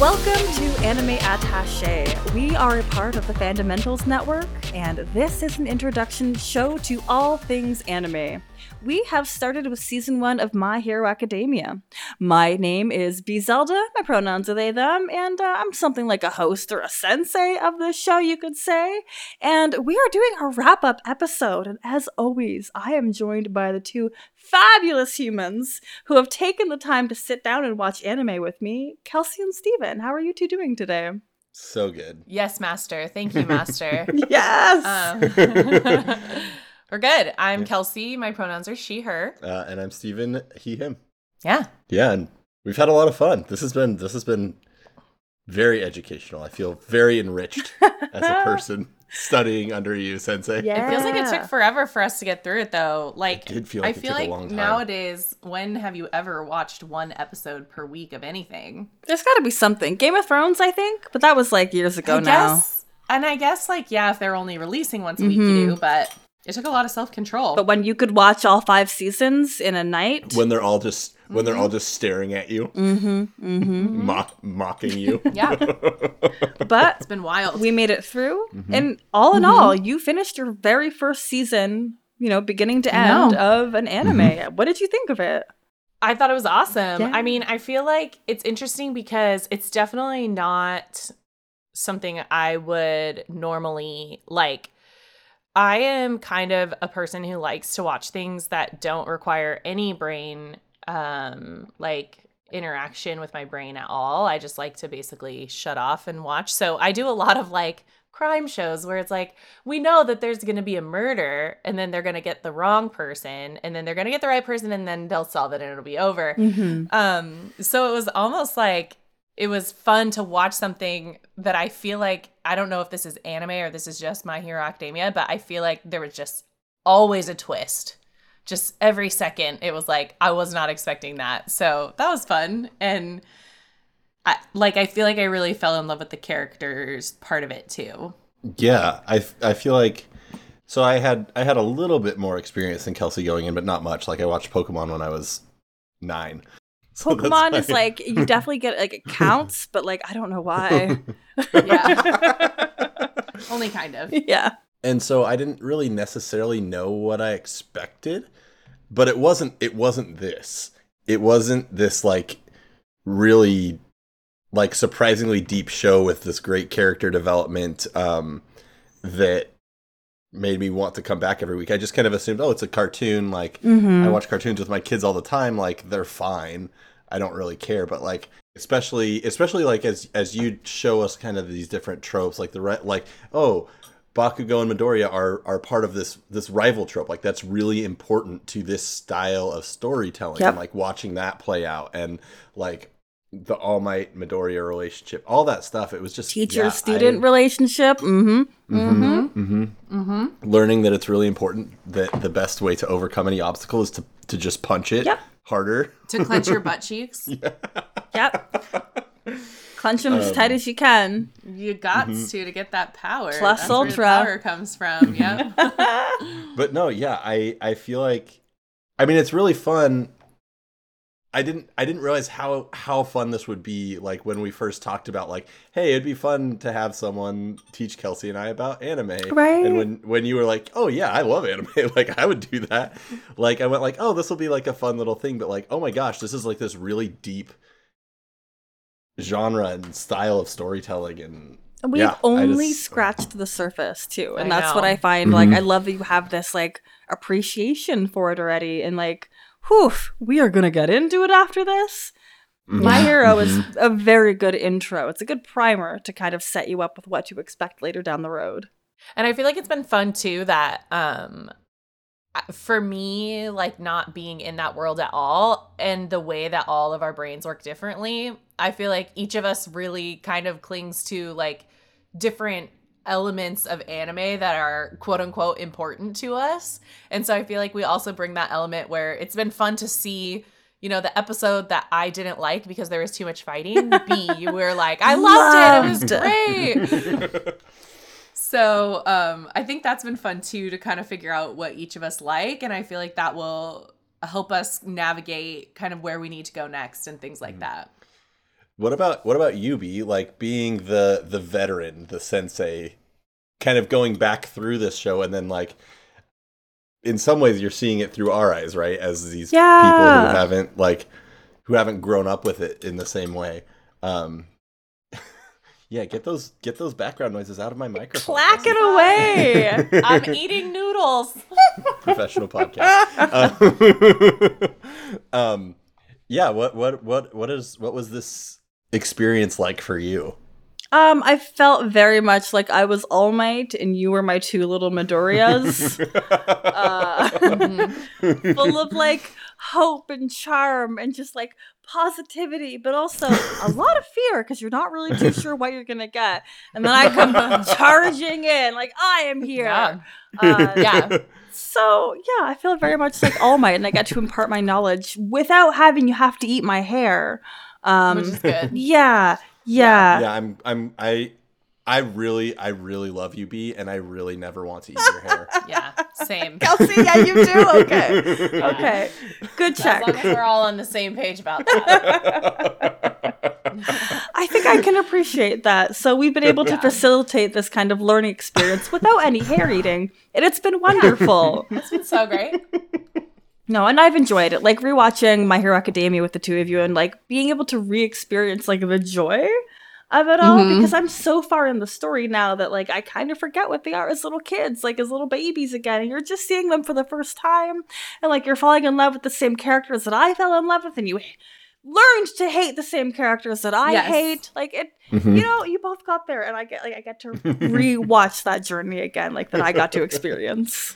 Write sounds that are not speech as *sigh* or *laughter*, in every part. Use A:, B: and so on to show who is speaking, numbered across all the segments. A: Welcome to Anime Attache. We are a part of the Fundamentals Network, and this is an introduction show to all things anime. We have started with season one of My Hero Academia. My name is B Zelda, my pronouns are they, them, and uh, I'm something like a host or a sensei of this show, you could say. And we are doing a wrap up episode, and as always, I am joined by the two fabulous humans who have taken the time to sit down and watch anime with me, Kelsey and Steven. How are you two doing today?
B: So good.
C: Yes, Master. Thank
B: *laughs*
C: you, Master.
A: Yes.
C: um, *laughs* we're good. I'm
B: Yeah.
C: Kelsey. My pronouns are she, her.
B: Uh, and I'm Steven, he, him.
C: Yeah.
B: Yeah, and we've had a lot of fun. This has been this has been very educational. I feel very enriched as a
A: *laughs*
B: person studying under you, Sensei.
A: yeah.
C: It feels like it took forever for us to get through it, though. Like,
B: It did feel like
C: I
B: it
C: feel
B: took a
C: like
B: long time.
C: nowadays, when have you ever watched one episode per week of anything?
A: There's got to be something. Game of Thrones, I think, but that was like years ago
C: I
A: now.
C: guess. And I guess, like, yeah, if they're only releasing once a week,
A: Mhm.
C: you do, but it took a lot of self control.
A: But when you could watch all five seasons in a night.
B: When they're all just when they're all just staring at you,
A: mm-hmm.
B: *laughs*
A: Mm-hmm.
B: mock, mocking
A: *laughs*
B: you.
C: yeah, it's
A: But
C: been wild.
A: we made it through. And all in all, you finished your very first season, you know, beginning to
C: I know.
A: end of an anime. What did you think of it?
C: I thought it was awesome.
A: Yeah.
C: I mean, I feel like it's interesting because it's definitely not something I would normally like. I am kind of a person who likes to watch things that don't require any brain um like interaction with my brain at all. I just like to basically shut off and watch. So I do a lot of like crime shows where it's like we know that there's going to be a murder and then they're going to get the wrong person and then they're going to get the right person and then they'll solve it and it'll be over.
A: *laughs* Mm-hmm.
C: Um, so it was almost like it was fun to watch something that I feel like I don't know if this is anime or this is just My Hero Academia, but I feel like there was just always a twist. Just every second, it was like I was not expecting that. So that was fun, and I like I feel like I really fell in love with the characters part of it too.
B: Yeah, I f- I feel like so I had I had a little bit more experience than Kelsey going in, but not much. Like I watched Pokemon when I was nine. *laughs* So that's
A: Pokemon is
B: why-
A: like, you definitely get like it counts, but like, I don't
B: *laughs*
A: know why. *laughs*
C: Yeah. Only kind
A: *laughs*
C: of.
A: yeah.
B: and so I didn't really necessarily know what I expected, but it wasn't it wasn't this. It wasn't this like really like surprisingly deep show with this great character development um that made me want to come back every week. I just kind of assumed, oh, it's a cartoon like
A: Mm-hmm.
B: I watch cartoons with my kids all the time. Like they're fine. I don't really care. But like, especially, especially like as as you show us kind of these different tropes, like the re- like oh, Bakugo and Midoriya are are part of this this rival trope. Like that's really important to this style of storytelling.
A: Yep.
B: And like watching that play out and like the All Might Midoriya relationship, all that stuff. It was just
A: Teacher student relationship. Mm-hmm. mm-hmm.
B: hmm
C: Mm-hmm.
B: learning that it's really important that the best way to overcome any obstacle is to, to just punch it
A: Yep.
B: harder.
C: To clench your butt cheeks,
A: Yep.
B: *laughs*
A: Clench them
B: Um,
A: as tight as you can.
C: you got to to get that power.
A: Plus
C: That's where the
A: ultra.
C: power comes from. Yeah.
B: But no, yeah, I I feel like I mean it's really fun. I didn't I didn't realize how how fun this would be like when we first talked about like, hey, it'd be fun to have someone teach Kelsey and I about anime.
A: Right.
B: And when when you were like, "Oh yeah, I love anime." *laughs* like I would do that. Like I went like, "Oh, this will be like a fun little thing," but like, "Oh my gosh, this is like this really deep genre and style of storytelling and
A: We've
B: Yeah, I
A: only
B: just-
A: scratched the surface too, and
C: I
A: that's what
C: know.
A: I find. Like,
B: Mhm.
A: I love that you have this like appreciation for it already, and like, whew, we are gonna get into it after this.
B: Mm-hmm.
A: My Hero is a very good intro. It's a good primer to kind of set you up with what to expect later down the road.
C: *laughs* And I feel like it's been fun too that um I- for me like not being in that world at all and the way that all of our brains work differently, I feel like each of us really kind of clings to like different elements of anime that are quote unquote important to us. And so I feel like we also bring that element where it's been fun to see you know the episode that I didn't like because there was too much fighting. B, you were like, I loved it.
A: Loved.
C: It was great. So um, I think that's been fun too to kind of figure out what each of us like, and I feel like that will help us navigate kind of where we need to go next and things like that.
B: What about what about Yubi? Like being the the veteran, the sensei, kind of going back through this show, and then like, in some ways, you're seeing it through our eyes, right? As these people
A: Yeah.
B: who haven't like, who haven't grown up with it in the same way. Um, *laughs* yeah, get those get those background noises out of my microphone.
A: Clack it
B: That's
A: away.
C: *laughs* I'm eating noodles.
B: a
A: *laughs*
B: professional podcast. Um, *laughs* um, yeah. What what what what is what was this experience like for you?
A: um, I felt very much like I was All Might and you were my two little
B: *laughs*
A: Midoriyas.
C: Mm-hmm.
A: uh, full of like hope and charm and just like positivity, but also a lot of fear because you're not really too sure what you're gonna get. And then I
C: *laughs*
A: come charging in like I am here.
C: Yeah.
A: Uh,
C: *laughs* Yeah.
A: So yeah, I feel very much like All Might, and I got to impart my knowledge without having you have to eat my hair. Um,
C: Which is good. *laughs*
A: yeah, yeah,
B: yeah, I'm I'm I I really I really love you, B, and I really never want to eat your
A: *laughs*
B: hair.
C: Yeah. Same.
A: Kelsey, yeah, you do.
B: *laughs*
C: *laughs*
A: Okay, okay, good
C: As long
A: check.
C: as we're all on the same page about that. *laughs*
A: I think I can appreciate that. So we've been able to
C: Yeah.
A: facilitate this kind of learning experience without any hair eating, and it's been wonderful.
C: It's been so great.
A: No, and I've enjoyed it. Like rewatching My Hero Academia with the two of you and like being able to re-experience like the joy of it all
C: Mhm.
A: because I'm so far in the story now that like I kind of forget what they are as little kids, like as little babies again, and you're just seeing them for the first time and like you're falling in love with the same characters that I fell in love with and you h- learned to hate the same characters that I
C: Yes.
A: hate. Like it
B: Mm-hmm.
A: you know, you both got there and I get like I get to re-watch that journey again, like that I got to experience.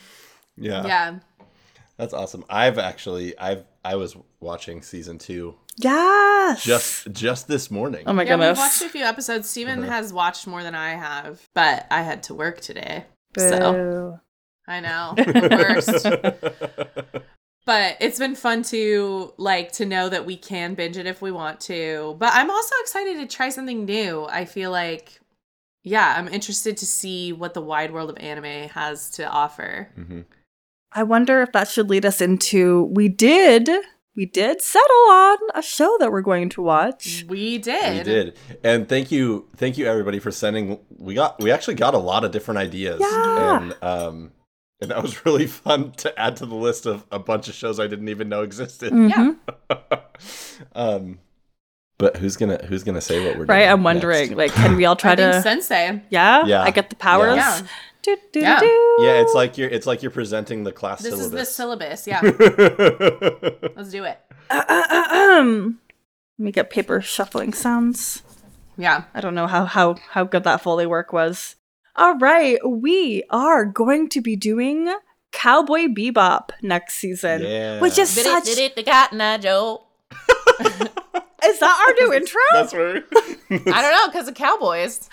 B: Yeah,
C: Yeah.
B: that's awesome. I've actually I've I was watching season two
A: *laughs* Yes.
B: just just this morning.
A: Oh my
C: Yeah, we've
A: goodness.
C: watched a few episodes. Steven
B: Uh-huh.
C: has watched more than I have, but I had to work today. So
B: *laughs*
C: I know. Worst. but it's been fun to like to know that we can binge it if we want to but i'm also excited to try something new i feel like yeah i'm interested to see what the wide world of anime has to offer
B: Mhm.
A: I wonder if that should lead us into we did we did settle on a show that we're going to watch.
C: we did
B: We did, and thank you, thank you everybody for sending. We got, we actually got a lot of different ideas,
A: Yeah.
B: and um, and that was really fun to add to the list of a bunch of shows I didn't even know existed.
A: Mhm.
B: *laughs* um, but who's gonna who's gonna say what we're doing?
A: Right, I'm wondering
B: next?
A: like can we all try
C: I think
A: to
C: sensei
A: yeah?
B: Yeah.
A: I get the powers.
C: yeah
A: Do, do,
C: Yeah.
A: do.
B: Yeah, it's like you're it's like you're presenting the class
C: this is the
B: syllabus.
C: syllabus yeah
B: *laughs*
C: let's do it
A: Uh, uh, uh, um. Let me get paper shuffling sounds.
C: yeah
A: I don't know how how how good that foley work was. All right, we are going to be doing Cowboy Bebop next season,
B: yeah,
A: which is such. Is that our
C: *laughs*
A: new intro?
B: *laughs* that's where
C: i don't know because of cowboys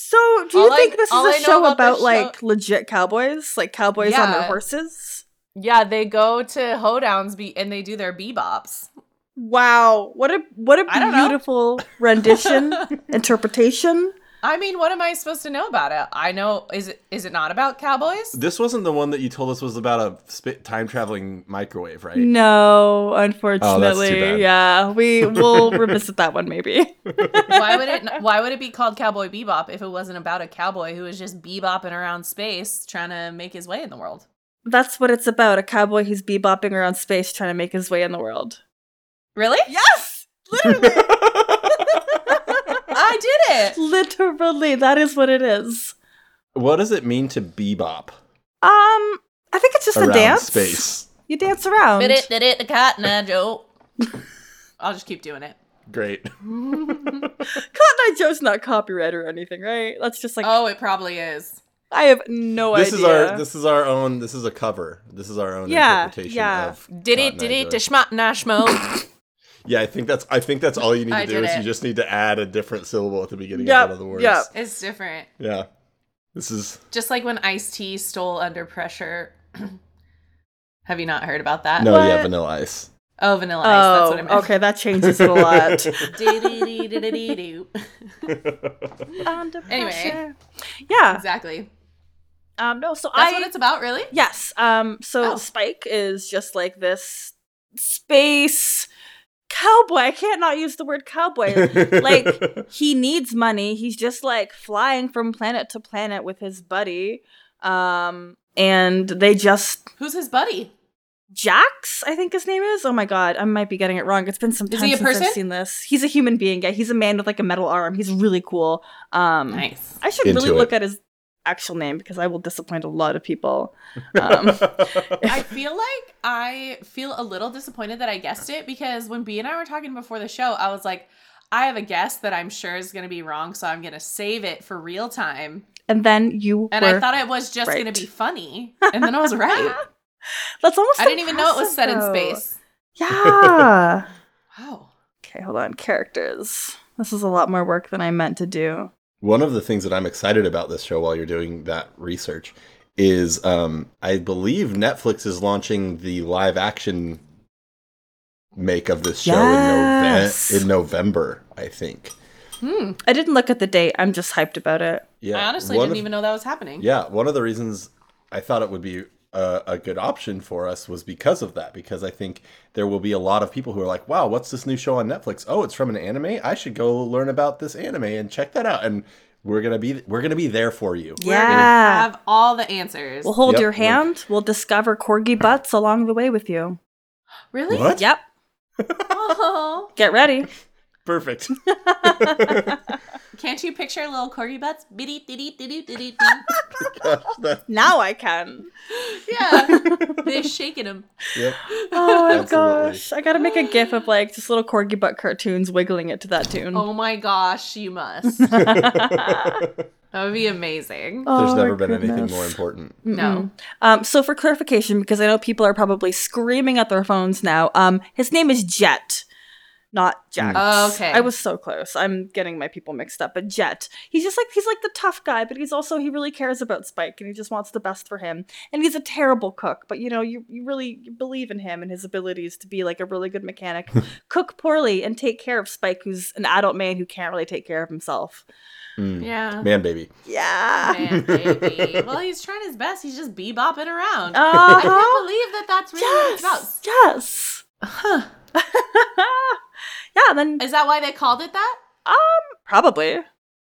A: So, do you
C: All I-
A: think this
C: all I
A: is
C: know
A: a show about,
C: about this show-
A: like legit cowboys, like cowboys on their
C: Yeah.
A: horses?
C: yeah they go to hoedowns be- and they do their bebops
A: Wow, what a what a
C: I don't know.
A: beautiful rendition interpretation.
C: I mean, what am I supposed to know about it? I know is it is it not about
B: *laughs*
C: cowboys?
B: This wasn't the one that you told us was about a sp- time traveling microwave, right?
A: No, unfortunately,
B: bad.
A: yeah, we will revisit that one maybe.
C: why would it why would it be called Cowboy Bebop if it wasn't about a cowboy who was just bebopping around space trying to make his way in the world?
A: That's what it's about—a cowboy who's bebopping around space trying to make his way in the world.
C: Really?
A: Yes, literally,
C: I did
A: *laughs*
C: it.
A: literally, that is what it is.
B: *laughs* what does it mean to bebop
A: Um, I think it's just
B: around
A: a dance.
B: space?
A: You dance around.
C: Did it did it the cotton eye joke. I'll just keep doing it.
B: Great.
A: Cotton Eye Joe's not copyright or anything, right? That's just like
C: oh, it probably is.
A: I have *laughs* no
B: this is
A: idea.
B: our this is our own this is a cover. This is our own
A: Yeah,
B: interpretation
A: yeah.
B: of
C: Did it
B: Cotton
C: did
B: Eye
C: it
B: Joe.
C: to schmot nashmo.
B: Yeah, I think that's I think that's all you need
C: I
B: to do
C: did
B: is
C: it.
B: you just need to add a different syllable at the beginning
A: Yep,
B: of one of the words.
A: yep.
C: It's different.
B: Yeah. This is
C: Just like when Ice T stole under pressure. *coughs* Have you not heard about that?
B: no, yeah,
A: What?
B: vanilla ice.
C: Oh, vanilla ice.
A: Oh,
C: That's what I meant.
A: okay, that changes it a
B: *laughs*
A: lot.
C: *laughs* Do-do-do-do-do-do.
A: Under
C: Anyway.
A: pressure. Um, yeah.
C: exactly.
A: Um, no, so
C: That's
A: I
C: what it's about, really?
A: yes. Um, so
C: Oh.
A: Spike is just like this space cowboy. I can't not use the word
C: *laughs*
A: cowboy. Like- he needs money. He's just like flying from planet to planet with his buddy. Um, and they just
C: Who's his buddy?
A: Jax, I think his name is. Oh my god, I might be getting it wrong. It's been some
C: Is
A: time
C: he a
A: since I've
C: person?
A: seen this. He's a human being. Yeah, he's a man with like a metal arm. He's really cool. Um,
C: Nice.
A: I should
B: Into
A: really
B: it.
A: look at his actual name because I will disappoint a lot of people. Um,
C: I feel like I feel a little disappointed that I guessed it because when B and I were talking before the show, I was like, I have a guess that I'm sure is going to be wrong, so I'm going to save it for real time.
A: and then you
C: And
A: were-
C: I thought it was just going
A: right.
C: to be funny, and then I was right.
A: that's almost.
C: I didn't even know it was set in
A: impressive, though.
C: space.
A: *laughs* Yeah.
C: Wow.
A: okay, hold on. Characters. This is a lot more work than I meant to do.
B: *laughs* One of the things that I'm excited about this show while you're doing that research is um, I believe Netflix is launching the live action make of this show
A: Yes.
B: in, Nove- in November, I think.
C: Hmm.
A: I didn't look at the date. I'm just hyped about it.
B: Yeah,
C: I honestly
B: one
C: didn't
B: of-
C: even know that was happening.
B: Yeah, one of the reasons I thought it would be a, a good option for us was because of that. Because I think there will be a lot of people who are like, "Wow, what's this new show on Netflix? Oh, it's from an anime. I should go learn about this anime and check that out." And we're gonna be we're gonna be there for you.
C: We're gonna
A: Yeah.
C: have all the answers.
A: We'll hold
B: Yep,
A: your
B: we're-
A: hand. We'll discover corgi butts along the way with you.
C: really?
B: What?
A: Yep.
C: Oh.
A: Get ready.
B: *laughs* Perfect.
C: Can't you picture little corgi butts? Biddy diddy diddy diddy
A: *laughs*
B: Gosh, that-
A: Now I can.
C: dee. Yeah. They're shaking him.
B: yep.
A: Oh *laughs* my
B: Absolutely.
A: gosh. I gotta make a gif of like just little corgi butt cartoons wiggling it to that tune.
C: Oh my gosh,
B: *laughs*
C: you must. That would be amazing.
B: There's
A: Oh my
B: never been anything
A: goodness.
B: more important.
C: No.
A: Um, so for clarification, because I know people are probably screaming at their phones now, um, his name is Jet, not Jack.
C: Mm. Okay.
A: I was so close. I'm getting my people mixed up, but Jet. He's just like he's like the tough guy, but he's also he really cares about Spike and he just wants the best for him. And he's a terrible cook, but you know, you, you really you believe in him and his abilities to be like a really good
C: *laughs*
A: mechanic, cook poorly and take care of Spike, who's an adult man who can't really take care of himself. mm-hmm.
B: Mm.
C: Yeah.
B: Man, baby.
A: Yeah.
C: Man, baby. well, he's trying his best. He's just bebopping around. I
A: Uh-huh.
C: *laughs* can't believe that that's really what it's
A: Yes.
C: about.
A: Yes.
C: Huh.
A: *laughs* yeah, then
C: Is that why they called it that?
A: um probably.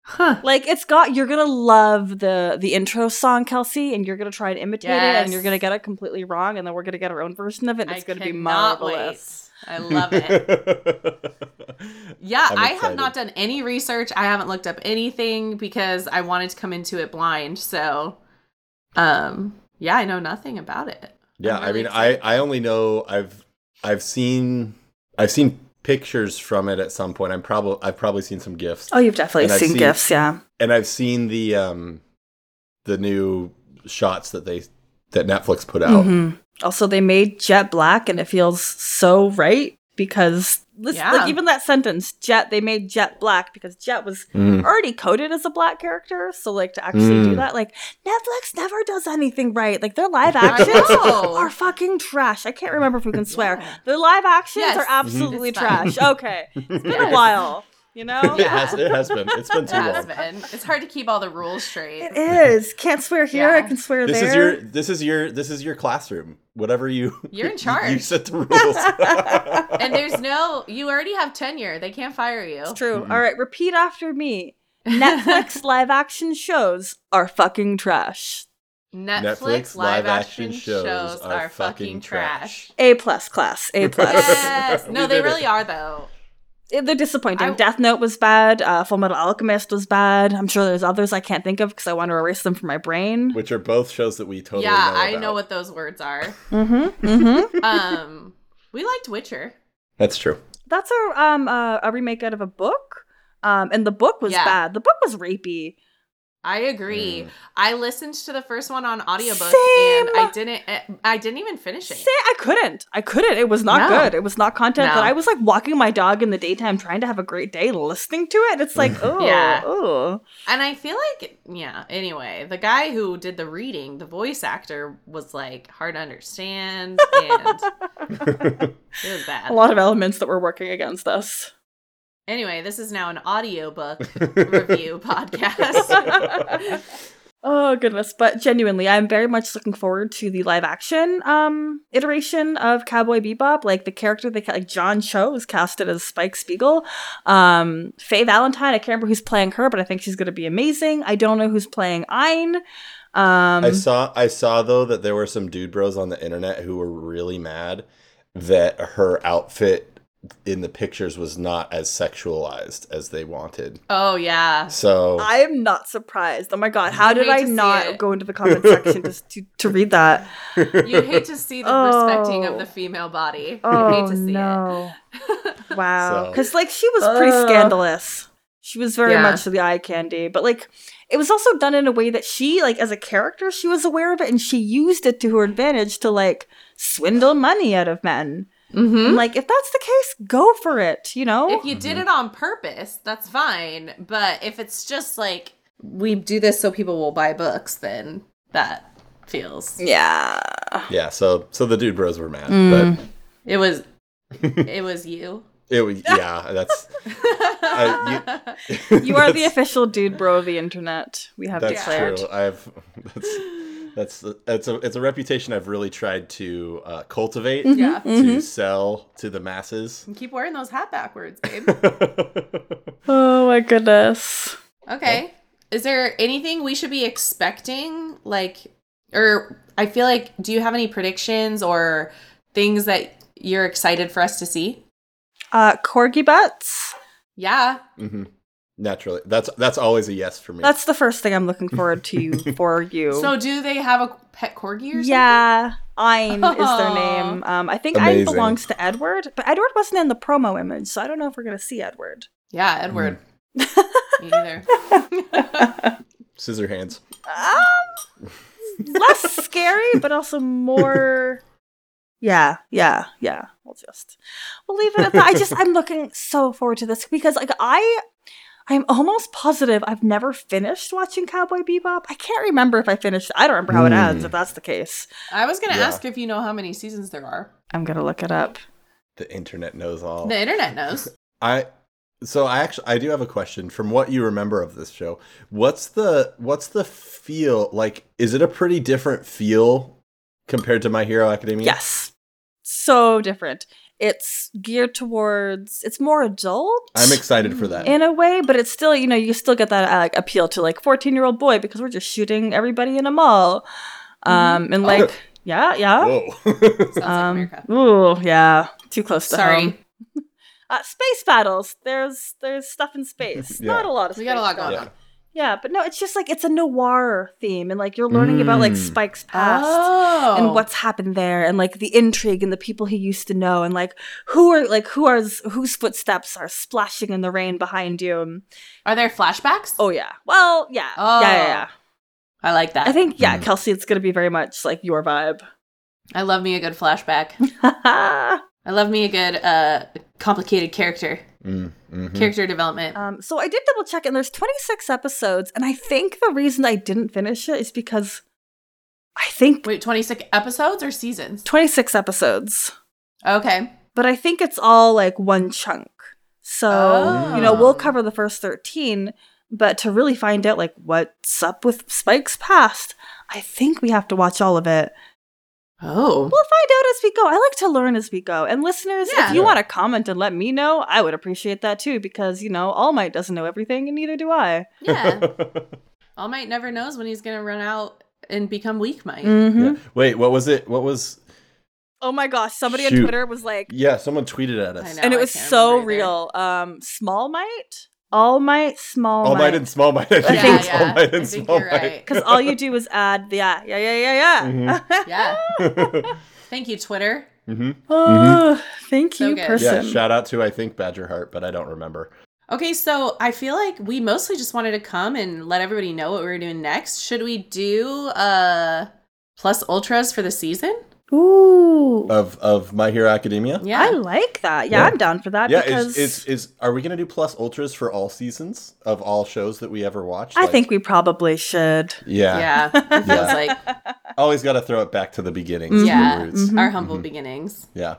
C: Huh.
A: Like it's got you're gonna love the the intro song, Kelsey, and you're gonna try and imitate it and you're
C: Yes.
A: gonna get it completely wrong, and then we're gonna get our own version of it. and It's
C: I
A: gonna be
C: cannot
A: marvelous.
C: wait. I love
A: *laughs*
C: it. Yeah,
B: I'm
C: i have
B: excited.
C: not done any research. I haven't looked up anything because I wanted to come into it blind. So, um, yeah, I know nothing about it.
B: *laughs* yeah,
C: I'm
B: I
C: really
B: mean, I I only know I've I've seen I've seen pictures from it at some point. I'm probably I've probably seen some gifs,
A: Oh, you've definitely
B: And I've
A: seen,
B: seen-
A: gifts, yeah.
B: and I've seen the um the new shots that they that Netflix put out.
C: Mm-hmm.
A: Mhm. Also, they made Jet black, and it feels so right because listen,
C: Yeah.
A: like even that sentence, Jet. They made Jet black because Jet was
B: Mm.
A: *laughs* already coded as a black character. So like to actually do
B: Mm.
A: that, like Netflix never does anything right. Like
B: *laughs*
A: their live
B: I
C: *laughs*
A: actions
C: know.
A: are fucking trash. I can't remember if we can swear.
C: Yeah.
A: Their live actions
C: Yes.
A: are
C: Mhm.
A: absolutely
C: It's fine.
A: trash.
C: *laughs*
A: Okay. It's been a
C: Yes.
A: while, you know?
C: Oh,
B: it has it has been it's
C: *laughs*
B: been too
C: Yeah,
B: long.
C: it's been. It's hard to keep all the rules straight.
A: It is. Can't swear here, I
C: Yeah.
A: can swear
B: This
A: there.
B: is your this is your this is your classroom. Whatever you
C: *laughs* You're
B: *laughs* you-
C: in
B: You,
C: charge.
B: set the rules. *laughs*
C: *laughs* and there's no. You already have tenure. They can't fire you.
A: it's true.
B: Mm-hmm.
A: All right, repeat after me. Netflix live action shows are fucking trash.
C: *laughs* Netflix, live action shows, are, fucking trash.
A: A plus class. A *laughs* plus.
C: Yes.
B: We
C: No, they
B: did it.
C: really are though.
A: It- Eh, They're disappointing.
C: I-
A: Death Note was bad. Uh, Full Metal Alchemist was bad. I'm sure there's others I can't think of because I want to erase them from my brain.
B: which are both shows that we totally
C: yeah,
B: know
C: I
B: about.
C: know what those words
A: *laughs*
C: are.
A: Mm-hmm. Mm-hmm.
C: um, we liked Witcher.
B: That's true. *laughs*
A: That's a um a, a remake out of a book. Um, and the book was
C: Yeah.
A: bad. The book was rapey.
C: I agree.
B: Mm.
C: I listened to the first one on audiobook and
A: Same.
C: I didn't eh, I didn't even finish it.
A: Say I couldn't. I couldn't. It was not
C: No.
A: good. It was not content
C: No.
A: that I was like walking my dog in the daytime, trying to have a great day, listening to it. It's like, oh,
C: Yeah.
A: oh,
C: And I feel like yeah, anyway, the guy who did the reading, the voice actor was like hard to understand
A: *laughs*
C: and it was
A: a
C: bad.
A: lot of elements that were working against us. *laughs*
C: Anyway, this is now an audiobook review podcast.
A: *laughs* Oh goodness, but genuinely, I'm very much looking forward to the live action um iteration of Cowboy Bebop. Like the character they ca- like John Cho is casted as Spike Spiegel. Um Faye Valentine, I can't remember who's playing her, but I think she's going to be amazing. I don't know who's playing Ayn. Um
B: I saw I saw though that there were some dude bros on the internet who were really mad that her outfit in the pictures was not as sexualized as they wanted.
C: Oh yeah.
B: So
A: I am not surprised. Oh my god, how
C: You
A: did
C: hate
A: I
C: to see
A: not
C: it.
A: go into the comment section to, to to read that?
C: You hate to see the respecting
A: Oh.
C: of the female body.
A: Oh
C: you hate to see
A: no!
C: *laughs* it.
A: Wow,
B: So-
A: because like she was pretty
C: Ugh.
A: scandalous. She was very
C: Yeah.
A: much the eye candy, but like it was also done in a way that she, like as a character, she was aware of it and she used it to her advantage to like swindle money out of men.
C: mm-hmm.
A: I'm like if that's the case, go for it. You know?
C: If you did
B: Mhm.
C: it on purpose, that's fine. But if it's just like we do this so people will buy books, then that feels
A: yeah.
B: *laughs* yeah, so so the dude bros were mad,
A: Mm.
B: but
C: it was it was you.
B: *laughs* it was yeah, that's
C: *laughs*
B: I-
A: *laughs* You are
B: *laughs*
A: the
B: that's-
A: official dude bro of the internet. We have
B: That's
A: declared.
B: true. I've that's that's that's a it's a reputation I've really tried to uh, cultivate
A: Mm-hmm.
C: Yeah.
B: to sell to the masses. *laughs* Mm-hmm.
C: Keep wearing those hat backwards, babe.
A: Oh my goodness.
C: Okay. Is there anything we should be expecting? Like, or I feel like, do you have any predictions or things that you're excited for us to see?
A: Uh, corgi butts.
C: Yeah.
B: hmm Naturally, that's that's always a yes for me.
A: That's the first thing I'm looking forward
B: *laughs*
A: to for you.
C: So, do they have a pet corgi or something?
A: yeah, Ein is their
C: Aw.
A: name. Um, I think Ein
B: Amazing.
A: belongs to Edward, but Edward wasn't in the promo image, so I don't know if we're gonna see Edward.
C: Yeah, Edward.
B: Mm.
C: *laughs* Me
B: *laughs*
C: either.
B: Scissor hands.
A: *laughs* Um, less scary, but also more. *laughs* Yeah, yeah, yeah. We'll just we'll leave it at that. I just I'm looking so forward to this because like I I'm almost positive I've never finished watching Cowboy Bebop. I can't remember if I finished. I don't remember how it ends.
B: Hmm.
A: If that's the case,
C: I was going to
B: Yeah.
C: ask if you know how many seasons there are.
A: I'm gonna look it up.
B: The internet knows all.
C: The
B: *laughs*
C: internet knows.
B: I so I actually I do have a question from what you remember of this show. What's the what's the feel like? Is it a pretty different feel compared to My Hero Academia?
A: Yes, so different. It's geared towards. It's more adult.
B: I'm excited for that.
A: in a way but it's still you know you still get that uh, like appeal to like 14 year old boy because we're just shooting everybody in a mall
B: Mm-hmm.
A: um
B: Oh.
A: and like yeah yeah
C: *laughs*
B: Whoa.
C: Sounds like
A: um
C: America.
A: ooh yeah too close to
C: Sorry.
A: home. uh, space battles there's there's stuff in space
B: *laughs* Yeah.
A: not a lot of
C: We got a
A: space
C: lot going
A: battles.
B: Yeah.
C: on.
A: yeah but no it's just like it's a noir theme and like you're learning about like
B: Mm.
A: spike's past
C: Oh.
A: and what's happened there and like the intrigue and the people he used to know and like who are like who are whose footsteps are splashing in the rain behind you and
C: Are there flashbacks?
A: Oh yeah. Well, yeah.
C: Oh.
A: Yeah, yeah, yeah.
C: I like that.
A: I think yeah,
B: Mhm.
A: Kelsey, it's gonna be very much like your vibe. *laughs*
C: I love me a good flashback.
A: um,
C: I love me a good uh complicated character.
B: Mm, mhm.
C: Character development.
A: Um, so I did double check, and there's 26 episodes, and I think the reason I didn't finish it is because I think
C: Wait, 26 episodes or seasons?
A: 26 episodes,
C: Okay.
A: but I think it's all like one chunk. So
C: Oh.
A: you know we'll cover the first 13, but to really find out like what's up with Spike's past, I think we have to watch all of it.
C: Oh.
A: We'll find out as we go. I like to learn as we go. And listeners, if
C: Yeah.
A: you
B: Yeah.
A: want to comment and let me know, I would appreciate that too because, you know, All Might doesn't know everything and neither do I.
B: *laughs*
C: Yeah. All Might never knows when he's going to run out and become Weak Might.
A: Mm. Mm-hmm.
B: Yeah. Wait, what was it? What was?
A: Oh my gosh, somebody
B: Shoot.
A: on Twitter was like,
B: Yeah, someone tweeted at us.
C: I know.
A: and it
C: I
A: was
C: can't
A: so
C: remember either.
A: real. Um, Small Might, All Might, Small
B: All might
A: Might.
B: and small might. I think
A: Yeah,
B: it's
C: yeah.
B: all might
C: I
B: and
C: think
B: small
C: you're
B: might.
A: Because all you do is add the yeah, yeah, yeah, yeah, yeah.
B: Mm-hmm.
C: Yeah.
B: *laughs*
C: Thank you, Twitter.
B: hmm
A: *laughs* oh, thank
C: So
A: you,
C: good. Yeah,
B: Mm-hmm. Yeah.
A: person.
B: Shout out to I think Badger Heart, but I don't remember.
C: Okay, so I feel like we mostly just wanted to come and let everybody know what we were doing next. Should we do uh plus ultras for the season?
A: Ooh,
B: Of of My Hero Academia.
C: Yeah.
A: I like that.
B: Uh,
A: Yeah,
B: Yeah.
A: I'm down for that
B: Yeah,
A: Uh,
B: is,
A: because
B: is is are we gonna do plus ultras for all seasons of all shows that we ever watched?
A: I
B: Like-
A: think we probably should.
B: Yeah.
A: *laughs*
C: yeah. It feels
B: Yeah.
C: like
B: Always got to throw it back to the beginning.
A: Mhm.
B: to
C: Yeah.
B: The roots.
A: Mhm.
C: our humble
B: Mhm.
C: beginnings
B: Yeah.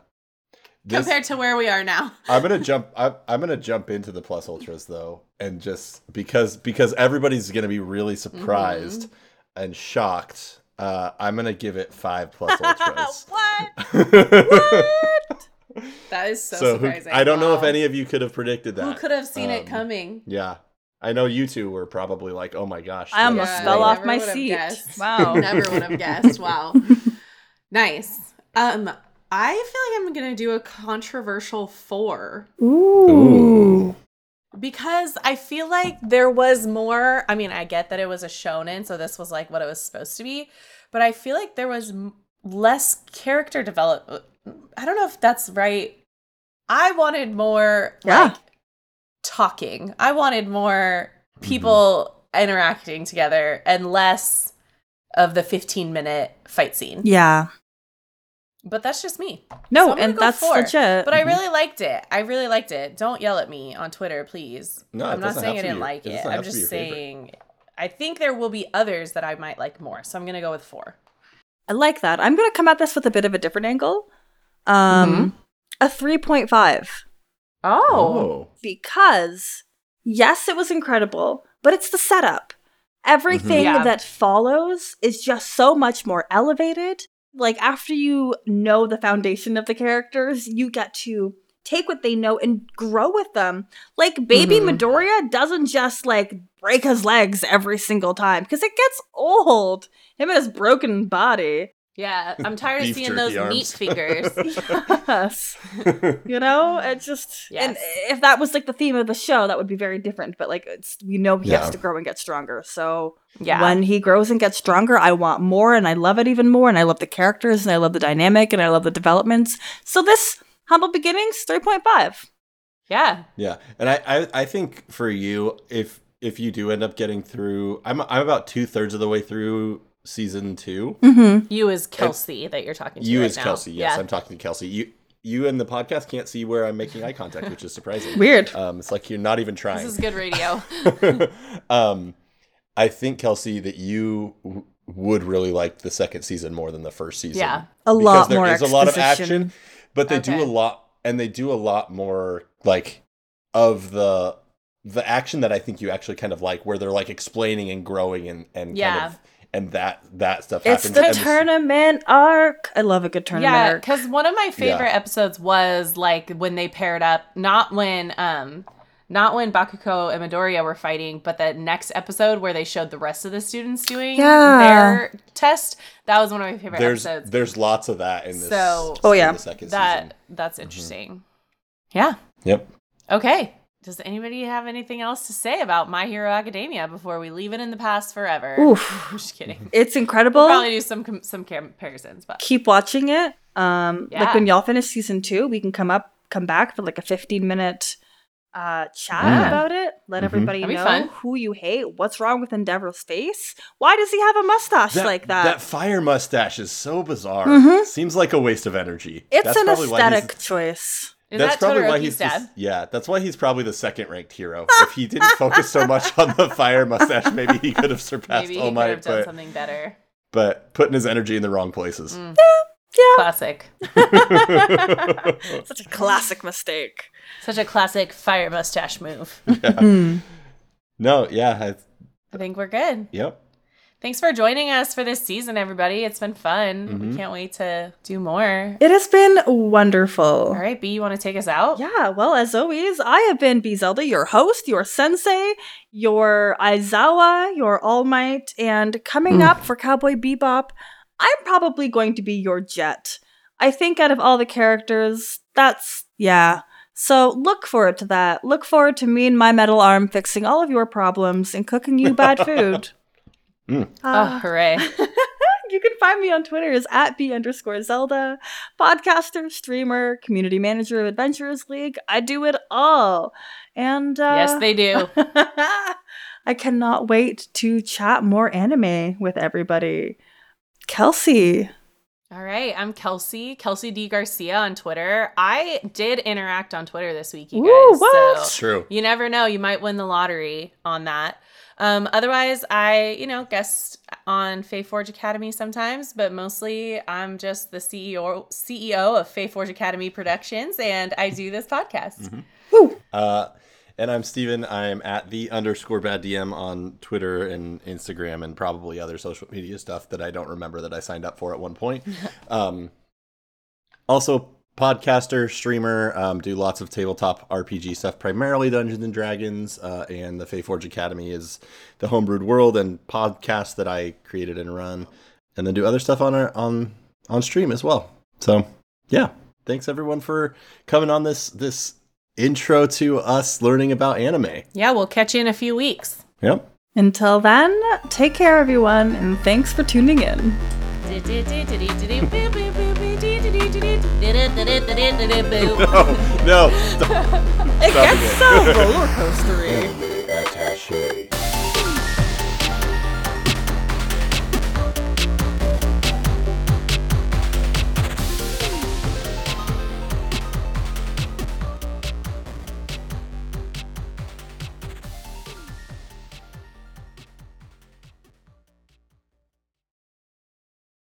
B: This,
C: compared to where we are now. *laughs*
B: I'm gonna jump. I'm, I'm gonna jump into the plus ultras though, and just because because everybody's gonna be really surprised and shocked. Uh, I'm gonna give it five plus ultras.
C: *laughs* what?
B: *laughs*
D: That is so,
B: so who,
D: surprising.
B: I don't know if
D: Wow.
B: any of you could have predicted that.
D: Who could have seen it
B: Um,
D: coming?
B: Yeah, I know you two were probably like, "Oh my gosh!"
A: I almost
D: Yeah,
A: fell
D: I
A: off
D: never
A: my
D: would've
A: seat.
D: guessed.
A: Wow.
D: Never would have
A: *laughs*
D: guessed. Wow. nice. Um, I feel like I'm gonna do a controversial four
B: Ooh.
C: Because I feel like there was more. I mean, I get that it was a shonen, so this was like what it was supposed to be, but I feel like there was m- less character development. I don't know if that's right. I wanted more
A: Yeah.
C: like talking. I wanted more people
A: Mm-hmm.
C: interacting together and less of the 15 minute fight scene.
A: Yeah.
C: But that's just me.
A: No,
C: So I'm gonna
A: and
C: go
A: that's
C: four.
A: legit.
C: But I
B: Mhm.
C: really liked it. I really liked it. Don't yell at me on Twitter, please.
B: No, it
C: I'm not
B: doesn't
C: saying I
B: have to
C: didn't
B: be-
C: like
B: it
C: it.
B: doesn't
C: I'm
B: have to be
C: just
B: your favorite.
C: saying I think there will be others that I might like more. So I'm gonna go with four.
A: I like that. I'm going to come at this with a bit of a different angle.
C: Mm-hmm.
A: Um, A 3.5.
C: Oh.
B: Oh.
A: Because, yes, it was incredible, but it's the setup. Everything
C: Mhm. Yeah.
A: that follows is just so much more elevated. Like, after you know the foundation of the characters, you get to take what they know and grow with them. Like, baby
C: Mhm.
A: Midoriya doesn't just like break his legs every single time because it gets old. Him and his broken body.
C: Yeah. I'm tired of
B: Beef
C: seeing
B: jerky
C: those meat
B: arms.
C: fingers.
B: *laughs*
A: yes. You know, it just and
C: Yes.
A: if that was like the theme of the show, that would be very different. But like, it's we know he
B: Yeah.
A: has to grow and get stronger. So
C: yeah.
A: when he grows and gets stronger, I want more, and I love it even more, and I love the characters, and I love the dynamic, and I love the developments. So this humble beginnings, three point five.
C: Yeah.
B: Yeah, and I, I I think for you, if if you do end up getting through, I'm I'm about two thirds of the way through season two.
A: Mm-hmm.
C: You is Kelsey that you're talking to.
B: You
C: right
B: as
C: now.
B: Kelsey, yes,
C: Yeah.
B: I'm talking to Kelsey. You you and the podcast can't see where I'm making eye contact, which is surprising.
A: Weird.
B: Um, it's like you're not even trying.
C: This is
B: *laughs*
C: good radio.
B: um, I think Kelsey that you w- would really like the second season more than the first season.
C: Yeah.
A: A
B: because
A: lot
B: there
A: more
B: is a
A: exposition.
B: lot of action, but they do
C: Okay.
B: a lot, and they do a lot more like of the the action that I think you actually kind of like, where they're like explaining and growing and and
C: Yeah.
B: kind of and that that stuff
A: It's
B: happens.
A: the
B: and this-
A: tournament arc. I love a good tournament
C: yeah,
A: arc.
C: because one of my favorite episodes was like when they paired up, not when um not when Bakuko and Midoriya were fighting, but the next episode where they showed the rest of the students doing
A: Yeah.
C: their test. That was one of my favorite
B: there's
C: episodes.
B: there's lots of that in this.
C: So-
A: Oh,
B: in
A: yeah.
B: the second
C: that
B: season. Mm-hmm.
C: that's interesting. Yeah.
B: Yep.
C: Okay. Does anybody have anything else to say about My Hero Academia before we leave it in the past forever?
A: Oof.
C: I'm *laughs* just kidding.
A: It's incredible.
C: Probably do some com- some comparisons, but
A: keep watching it. Um,
C: Yeah.
A: like when y'all finish season two, we can come up, come back for like a fifteen minute uh chat
B: Yeah.
A: about it. Let
B: Mhm.
A: everybody
C: That'd be
A: know
C: fun.
A: who you hate, what's wrong with Endeavor's face, why does he have a mustache like that?
B: That fire mustache is so bizarre.
A: Mhm.
B: Seems like a waste of energy.
A: it's
B: That's
A: an
B: probably why he's-
A: aesthetic choice.
C: is
B: that's
C: that
B: probably why
C: Todoroki's
B: he's the-
C: dad?
B: yeah. That's why he's probably the second ranked hero. if he didn't focus so much on the fire mustache, maybe he could have surpassed
C: Maybe he
B: All
C: could
B: Might.
C: have done
B: But,
C: something better.
B: but putting his energy in the wrong places.
C: Mm.
A: Yeah,
C: Classic.
A: such a classic mistake.
C: Such a classic fire mustache move.
B: no, yeah, I,
C: I think we're good.
B: yep.
C: Thanks for joining us for this season, everybody. It's been fun. We
B: Mhm.
C: can't wait to do more.
A: It has been wonderful.
C: All right, B, you want to take us out?
A: Yeah, well, as always, I have been B Zelda, your host, your sensei, your Aizawa, your All Might, and coming up for Cowboy Bebop, I'm probably going to be your Jet. I think out of all the characters, that's yeah. So look forward to that. Look forward to me and my metal arm fixing all of your problems and cooking you bad food.
B: Mm.
C: Oh,
A: Ah.
C: hooray.
A: You can find me on Twitter as at B underscore Zelda, podcaster, streamer, community manager of Adventurers League. I do it all. And uh,
C: yes, they do.
A: *laughs* I cannot wait to chat more anime with everybody. Kelsey.
C: All right, I'm Kelsey, Kelsey D. Garcia on Twitter. I did interact on Twitter this week, you
A: Ooh,
C: guys.
A: what?
C: So
B: True.
C: you never know. You might win the lottery on that. Um, otherwise, I, you know, guest on Fae Forge Academy sometimes, but mostly I'm just the E CEO CEO of Fae Forge Academy Productions, and I do this podcast.
B: Mhm.
A: Woo.
B: Uh, And I'm Steven. I'm at the underscore bad DM on Twitter and Instagram and probably other social media stuff that I don't remember that I signed up for at one point. um, also, podcaster, streamer, um, do lots of tabletop RPG stuff, primarily Dungeons and Dragons. Uh, and the Fae Forge Academy is the homebrewed world and podcast that I created and run. And then do other stuff on our on on stream as well. So yeah, thanks everyone for coming on this this intro to us learning about anime.
C: Yeah, we'll catch you in a few *laughs* weeks.
B: Yep.
A: Until then, take care, everyone, and thanks for tuning in.
B: No, no.
A: It gets so roller coastery.